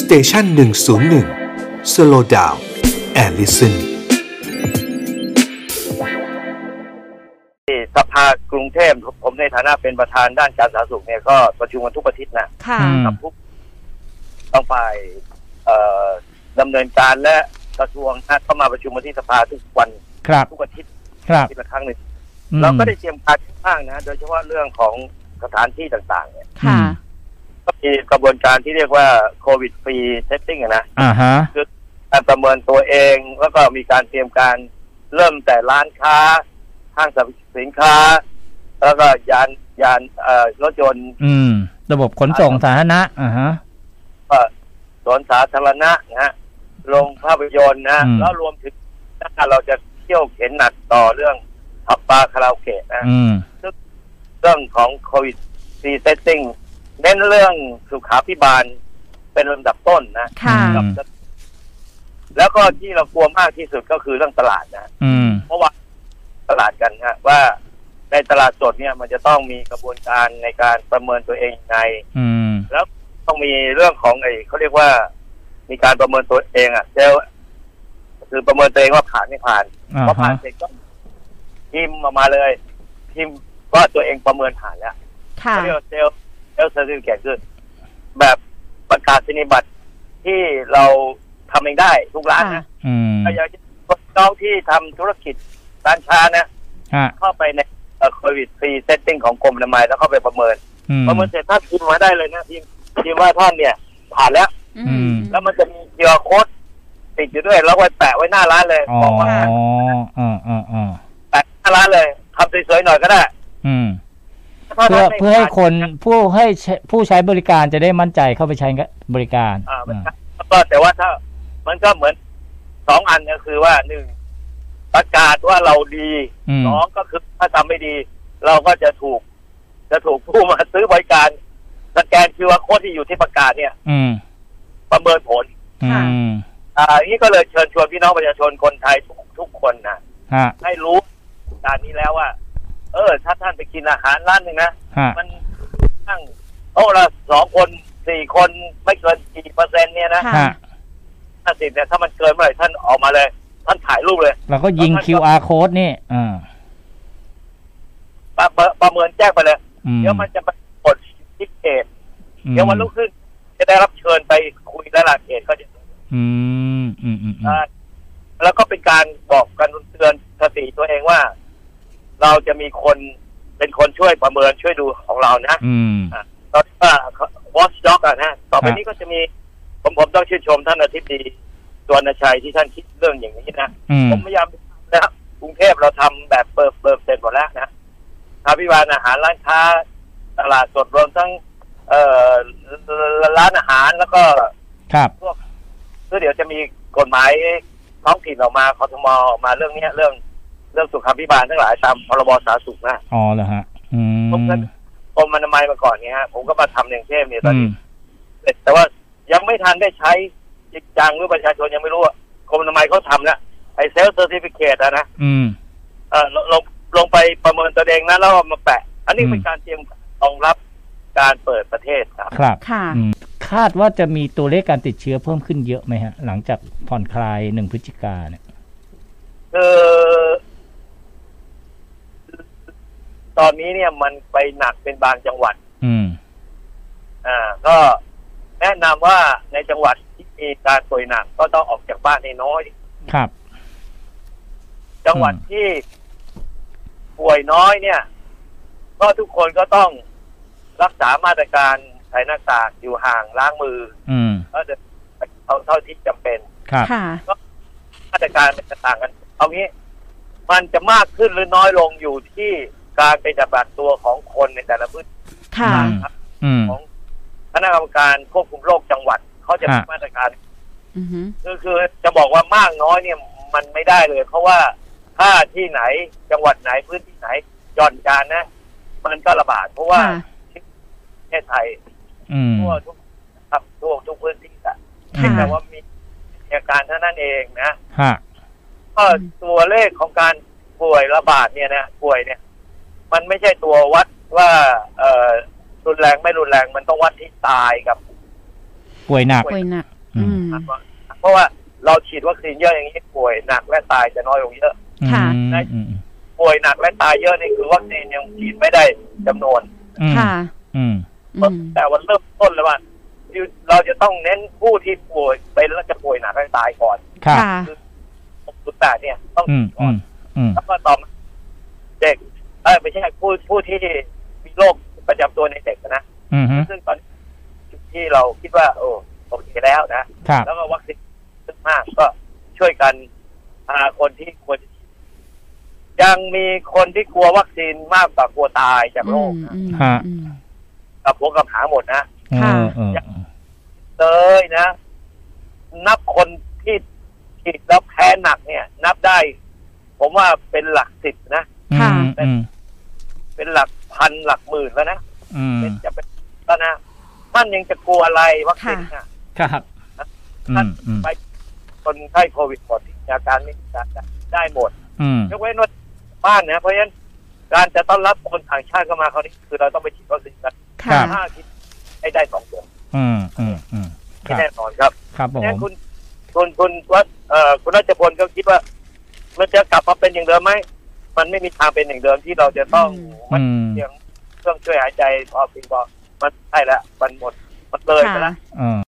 สเตชันหนึ่งศูนย์หนึ่งสโลดาวแอลลิสัน ที่สภากรุงเทพผมในฐานะเป็นประธานด้านการสาธารณสุขเนี่ยก็ประชุมกันทุกอาทิตย์นะ ค่ะ อืม กับทุกต้องฝ่ายเอ่อดำเนินการและกระทรวงนะเข้ามาประชุมกันที่สภาทุกวัน ครับ ทุกอาทิตย์ ครับ ทีละครั้งหนึ่ง อืม เราก็ได้เตรียมการบ้างนะโดยเฉพาะเรื่องของสถานที่ต่างๆ เนี่ย ค่ะ อืม ก็มีกระบวนการที่เรียกว่าโควิดฟรีเทสติ้งนะ อ่าฮะ การประเมินตัวเองแล้วก็มีการเตรียมการเริ่มแต่ร้านค้าห้างสรรพสินค้า แล้วก็ยานยานเอ่อรถยนต์ อืม ระบบขนส่งสาธารณะอ่าฮะ ก็สวนสาธารณะนะฮะโรงภาพยนตร์นะฮะ อืม แล้วรวมถึงถ้าเราจะเที่ยวเข็นหนักต่อเรื่องผับบาร์คาราโอเกะนะ อืม เรื่องของโควิดซีเซตติ้งเน้นเรื่องสุขาพิบาลเป็นลำดับต้นนะ ค่ะ อืม แล้วก็ที่เรากลัวมากที่สุดก็คือเรื่องตลาดนะ อืม เพราะว่าตลาดกันฮะว่าในตลาดสดเนี่ยมันจะต้องมีกระบวนการในการประเมินตัวเองยังไง อืม ต้องมีเรื่องของไอ้เขาเรียกว่า มีการประเมินตัวเองอ่ะเซลคือประเมินตัวเองว่าผ่านไม่ผ่าน อ่า พอผ่า ฮะ นเสร็จก็พิมพ์ออกมาเลยพิมพ์ว่าตัวเองประเมินผ่านแล้ว ค่ะ เขาเรียกว่าเซลเซลเซอร์ติฟิเคทคือแบบประกาศนียบัตรที่เราทำเองได้ทุกร้านนะ อืม ก็อยากจะน้องที่ทำธุรกิจร้านชานะ ฮะ เข้าไปในโควิดฟรีเซตติ้งของกรมอนามัยแล้วเข้าไปประเมิน อืม ประเมินเสร็จท่านพิมพ์มาได้เลยนะพิมพ์พิมพ์ว่าท่านเนี่ย ผ่านแล้ว อื ม ม แล้วมันจะมีเกียร์โค้ดติดอยู่ด้วยแล้วไว้แปะไว้หน้าร้านเลย อ๋อบ กว่า อ๋ออ๋ออ๋อ แปะหน้าร้านเลยทำสวยๆหน่อยก็ได้ อืม ถ้า เพื่อ ไม่ เพื่อให้ ผ่า คนผู้ให้ใช้ผู้ใช้บริการจะได้มั่นใจเข้าไปใช้บริการ อ่ามันก็แล้วก็แต่ว่าถ้ามันก็เหมือนสองอันก็คือว่าหนึ่งประกาศว่าเราดี อืม สองก็คือถ้าทำไม่ดี เราก็จะถูก จะถูกผู้มาซื้อบริการสแกนคิวอาร์โค้ดที่อยู่ที่ประกาศเนี่ย อืม ประเมินผล อื ค่ะ ม อ่าอย่างนี้ก็เลยเชิญชวนพี่น้องประชาชนคนไทยทุกทุกคนนะ ฮะ ให้รู้การนี้แล้วว่า เออ ถ้าท่านไปกินอาหารร้านหนึ่งนะ ฮะ มันตั้งโต๊ะละสองคนสี่คนไม่เกินกี่เปอร์เซ็นต์เนี่ยนะ ค่ะ ฮะ ห้าสิบเนี่ยถ้ามันเกินเมื่อไหร่ท่านออกมาเลย ท่านถ่ายรูปเลย เราก็ยิง QR code นี่อ่า ประประประเมินแจ้งไปเลย อืม เดี๋ยวมันจะไปกดที่เขต อืม เดี๋ยววันรุ่งขึ้น จะได้รับเชิญไปคุยระดับเขตก็จะ อืมอืมอืมอืม อ่าแล้วก็เป็นการบอกกันเตือนสติตัวเองว่า เราจะมีคนเป็นคนช่วยประเมินช่วยดูของเรานะ อืม ตอนนี้ว่าวอชด็อกอะนะต่อไป ครับ นี้ก็จะมี ผมผมต้องชื่นชมท่านอาทิตย์ดีสวนชัยที่ท่านคิดเรื่องอย่างนี้นะ อืม ผมพยายามนะครับกรุงเทพเราทำแบบเปิดเปิดเสร็จหมดแล้วนะทาพิบาลอาหารร้านค้า ตลาดสดรวมทั้ง เอ่อร้านอาหารแล้วก็ ครับ เดี๋ยวจะมีกฎหมายท้องถิ่นออกมาคอทมออกมาเรื่องเนี้ยเรื่องเรื่องสุขาพิบาลทั้งหลายตามพรบสาธารณสุขนะ อ๋อเหรอฮะอืม ผมก็กรมอนามัยมาก่อนเนี่ยฮะผมก็มาทำในกรุงเทพเนี่ยตอน อื นี้ ม แต่ว่ายังไม่ทันได้ใช้จริงจังหรือประชาชนยังไม่รู้ว่ากรมอนามัยเขาทำแล้วไอ้เซลเซอร์ติฟิเคตอะนะ อืม เออลงลงลงไปประเมินตัวเองนะแล้วเอามาแปะ อันนี้ อืม เป็นการเตรียมรองรับการเปิดประเทศครับ ครับ ค่ะ อืมคาดว่าจะมีตัวเลขการติดเชื้อเพิ่มขึ้นเยอะไหมฮะ หลังจากผ่อนคลายหนึ่งพฤศจิกาเนี่ย คือตอนนี้เนี่ยมันไปหนักเป็นบางจังหวัด อืม อ่า ก็แนะนำว่าในจังหวัดที่มีการป่วยหนักก็ต้องออกจากบ้านให้น้อย ครับ จังหวัด อืม ที่ป่วยน้อยเนี่ยก็ทุกคนก็ต้องรักษามาตรการใส่หน้ากากอยู่ห่างล้างมือ อืม ก็จะเท่าเท่าที่จำเป็น ครับ ค่ะ มาตรการมันจะต่างกัน เอางี้ มันจะมากขึ้นหรือน้อยลงอยู่ที่การเป็นจับบัตตัวของคนในแต่ละพื้นที่ ค่ะ อืม ของคณะกรรมการควบคุมโรคจังหวัดเขาจะมี ฮะ มาตรการ อือฮึ คือคือจะบอกว่ามากน้อยเนี่ยมันไม่ได้เลย เพราะว่าถ้าที่ไหนจังหวัดไหนพื้นที่ไหนหย่อนการนะ มันก็ระบาดเพราะว่า ค่ะ ประเทศไทย อืม ทั่วทุกครับทั่วทุกพื้นที่อะ ค่ะ แต่ว่ามีอาการเท่านั้นเองนะ ฮะ ก็ อืม ตัวเลขของการป่วยระบาดเนี่ยนะป่วยเนี่ย มันไม่ใช่ตัววัดว่า เออรุนแรงไม่รุนแรงมันต้องวัดที่ตายกับ ป่วยหนัก ป่ ป่วยหนัก อืม อืม เพราะว่าเราฉีดวัคซีนเยอะอย่างนี้ป่วยหนักและตายจะน้อยลงเยอะ ค่ะ อืมอืม ป่วยหนักและตายเยอะนี่คือวัคซีนยังฉีดไม่ได้จำนวน อืม ค่ะ อืม อืม แต่วันเริ่มต้นเลยว่าเราจะต้องเน้นผู้ที่ป่วยเป็นแล้วจะป่วยหนักและตายก่อน ค่ะ ค่ะ สุดแปดเนี่ยต้อง อืม ก่ อื อน ม อืม แล้วก็ต่อมาเด็กเออไม่ใช่ผู้ผู้ที่มีโรคประจำตัวในเด็กนะ อืมฮึ ซึ่งตอนนี้จุดที่เราคิดว่า โอ้โอเคแล้วนะ ครับ แล้วก็วัคซีนซึ่งมากก็ช่วยกันพาคนที่ควรจะฉีดยังมีคนที่กลัววัคซีนมากกว่ากลัวตายจากโรคนะ อืมอืม กับหัวกับหางหมดนะ ค่ะ เออเออ เลยนะ นับคนที่ฉีดแล้วแพ้หนักเนี่ย นับได้ ผมว่าเป็นหลักสิบนะ ค่ะ อืมอืม เป็นหลักพันหลักหมื่นแล้วนะ อืม เป็นจะเป็นแล้วนะมันยังจะกลัวอะไรวัคซีนนะ ครับอืมอืม ไปคนไข้โควิดหมดอาการไม่มีอาการได้หมด อืม ยกเว้นว่าบ้านนะเพราะฉะนั้นการจะต้อนรับคนต่างชาติเข้ามาคราวนี้คือเราต้องไปฉีดวัคซีนกัน ค่ะ ห้าอาทิตย์ให้ได้สองเข็ม อืมอืมอืมค ที่ รับ แน่นอนครับ ครับ เพ ผ ราะฉะนั้ ม นคุณคุณคุณวัดเอ่อคุณรัชพลก็คิดว่า มันจะกลับมาเป็นอย่างเดิมไหมมันไม่มีทางเป็นอย่างเดิมที่เราจะต้อง อืม มั อื น ม เสียงเครื่องช่วยหายใจพอฟิงพอมันใช่แล้วมันหมดมันเลยไป ค่ะ แล้ว เออ